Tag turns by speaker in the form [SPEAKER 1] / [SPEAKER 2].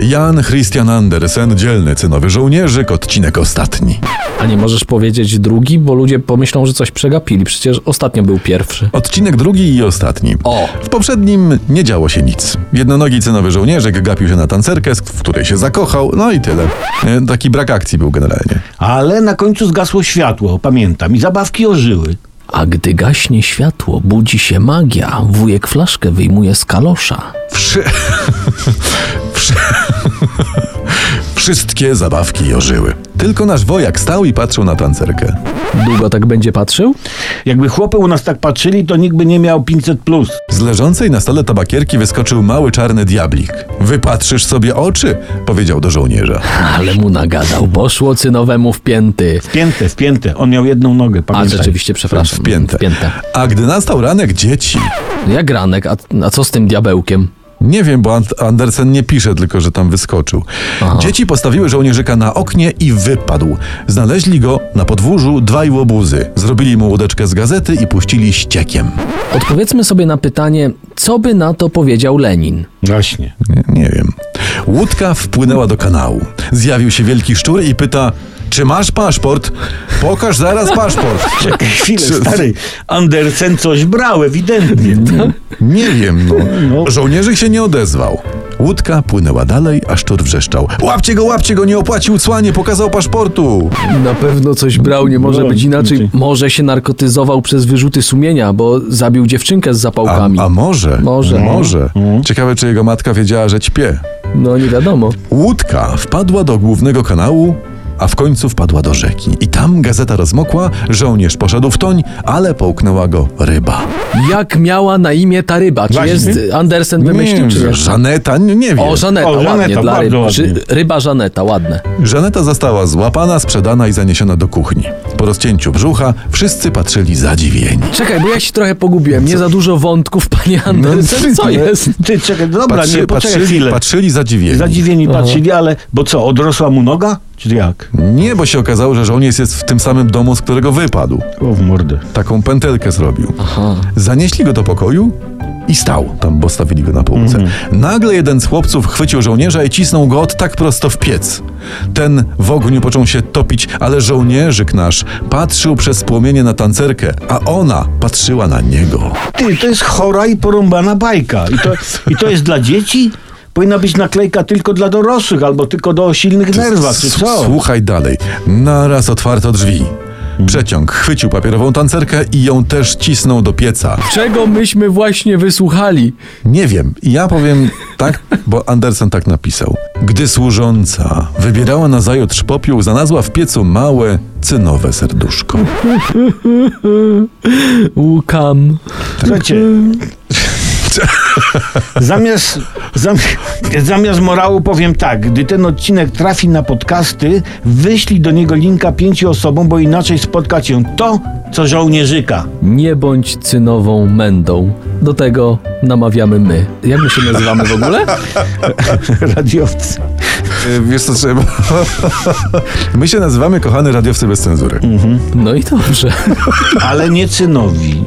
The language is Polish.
[SPEAKER 1] Jan Christian Andersen, dzielny cynowy żołnierzyk, odcinek ostatni.
[SPEAKER 2] A nie możesz powiedzieć drugi, bo ludzie pomyślą, że coś przegapili. Przecież ostatnio był pierwszy.
[SPEAKER 1] Odcinek drugi i ostatni.
[SPEAKER 2] O!
[SPEAKER 1] W poprzednim nie działo się nic. Jednonogi cynowy żołnierzyk gapił się na tancerkę, z- w której się zakochał, no i tyle. E, Taki brak akcji był generalnie.
[SPEAKER 3] Ale na końcu zgasło światło, pamiętam, i zabawki ożyły.
[SPEAKER 2] A gdy gaśnie światło, budzi się magia. Wujek flaszkę wyjmuje z kalosza.
[SPEAKER 1] Wszy... Wszy... Wszystkie zabawki ożyły. Tylko nasz wojak stał i patrzył na tancerkę.
[SPEAKER 2] Długo tak będzie patrzył?
[SPEAKER 3] Jakby chłopy u nas tak patrzyli, to nikt by nie miał 500 plus.
[SPEAKER 1] Z leżącej na stole tabakierki wyskoczył mały czarny diablik. Wypatrzysz sobie oczy, powiedział do żołnierza.
[SPEAKER 2] Ale mu nagadał, bo szło cynowemu w pięty.
[SPEAKER 3] Wpięte, wpięte. On miał jedną nogę,
[SPEAKER 2] A
[SPEAKER 3] pamiętaj.
[SPEAKER 2] rzeczywiście, przepraszam.
[SPEAKER 1] Wpięte.
[SPEAKER 2] Wpięte.
[SPEAKER 1] A gdy nastał ranek dzieci,
[SPEAKER 2] Jak ranek, a, a co z tym diabełkiem?
[SPEAKER 1] nie wiem, bo Ant- Andersen nie pisze, tylko że tam wyskoczył. Dzieci postawiły żołnierzyka na oknie i wypadł. Znaleźli go na podwórzu dwaj łobuzy. Zrobili mu łódeczkę z gazety i puścili ściekiem.
[SPEAKER 2] Odpowiedzmy sobie na pytanie, co by na to powiedział Lenin?
[SPEAKER 3] Właśnie.
[SPEAKER 1] Nie, nie wiem. Łódka wpłynęła do kanału. Zjawił się wielki szczur i pyta: Czy masz paszport? Pokaż zaraz paszport.
[SPEAKER 3] Czekaj chwilę,
[SPEAKER 1] Czy-
[SPEAKER 3] stary. Andersen coś brał, ewidentnie.
[SPEAKER 1] Nie wiem, no.
[SPEAKER 3] No.
[SPEAKER 1] Żołnierzyk się nie odezwał. Łódka płynęła dalej, a szczur wrzeszczał. Łapcie go, łapcie go, nie opłacił cła, nie pokazał paszportu.
[SPEAKER 2] Na pewno coś brał, nie może być inaczej. Może się narkotyzował przez wyrzuty sumienia, bo zabił dziewczynkę z
[SPEAKER 1] A,
[SPEAKER 2] zapałkami.
[SPEAKER 1] a może?
[SPEAKER 2] Może. Mhm.
[SPEAKER 1] Może. Ciekawe, czy jego matka wiedziała, że ćpie.
[SPEAKER 2] No nie wiadomo.
[SPEAKER 1] Łódka wpadła do głównego kanału, a w końcu wpadła do rzeki. I tam gazeta rozmokła, żołnierz poszedł w toń, ale połknęła go ryba.
[SPEAKER 2] Jak miała na imię ta ryba? Czy
[SPEAKER 3] Właśnie.
[SPEAKER 2] jest Andersen wymyślił,
[SPEAKER 1] nie,
[SPEAKER 2] czy nie?
[SPEAKER 1] Żaneta? Nie, nie wiem.
[SPEAKER 2] O, Żaneta,
[SPEAKER 3] O, Żaneta,
[SPEAKER 2] ładnie, dla ryb.
[SPEAKER 3] bardzo ładnie.
[SPEAKER 2] Czy, ryba Żaneta, ładne.
[SPEAKER 1] Żaneta została złapana, sprzedana i zaniesiona do kuchni. Po rozcięciu brzucha wszyscy patrzyli zadziwieni.
[SPEAKER 2] Czekaj, bo ja się trochę pogubiłem. Nie za dużo wątków, panie
[SPEAKER 3] No,
[SPEAKER 2] Andersen, co
[SPEAKER 1] nie.
[SPEAKER 2] jest?
[SPEAKER 3] Ty, czekaj, dobra,
[SPEAKER 1] Patrzy,
[SPEAKER 3] nie, poczekaj
[SPEAKER 1] patrzyli,
[SPEAKER 3] chwilę.
[SPEAKER 1] patrzyli zadziwieni.
[SPEAKER 3] Zadziwieni patrzyli, ale... Bo co, odrosła mu noga? Czy jak?
[SPEAKER 1] Nie, bo się okazało, że żołnierz jest w tym samym domu, z którego wypadł.
[SPEAKER 3] O, w mordę.
[SPEAKER 1] Taką pętelkę zrobił. Zanieśli go do pokoju i stał tam, bo stawili go na półce.
[SPEAKER 3] Mhm.
[SPEAKER 1] Nagle jeden z chłopców chwycił żołnierza i cisnął go od tak prosto w piec. Ten w ogniu począł się topić, ale żołnierzyk nasz patrzył przez płomienie na tancerkę, a ona patrzyła na niego.
[SPEAKER 3] Ty, to jest chora i porąbana bajka. I to, i to jest dla dzieci? Powinna być naklejka tylko dla dorosłych, albo tylko do o silnych nerwach, czy
[SPEAKER 1] S-
[SPEAKER 3] co?
[SPEAKER 1] Słuchaj dalej. Naraz otwarto drzwi. Mm. Przeciąg chwycił papierową tancerkę i ją też cisnął do pieca.
[SPEAKER 2] Czego myśmy właśnie wysłuchali?
[SPEAKER 1] Nie wiem, ja powiem tak, bo Andersen tak napisał. Gdy służąca wybierała na zajutrz popiół, znalazła w piecu małe, cynowe serduszko.
[SPEAKER 2] Łukam.
[SPEAKER 3] Słuchajcie. Zamiast, zamiast, zamiast morału powiem tak, gdy ten odcinek trafi na podcasty, wyślij do niego linka pięciu osobom, bo inaczej spotka cię to, co żołnierzyka.
[SPEAKER 2] Nie bądź cynową mędą. Do tego namawiamy my. Jak my się nazywamy w ogóle?
[SPEAKER 3] Radiowcy.
[SPEAKER 1] E, Wiesz co trzeba? My się nazywamy kochany radiowcy bez cenzury.
[SPEAKER 2] No i dobrze.
[SPEAKER 3] Ale nie cynowi.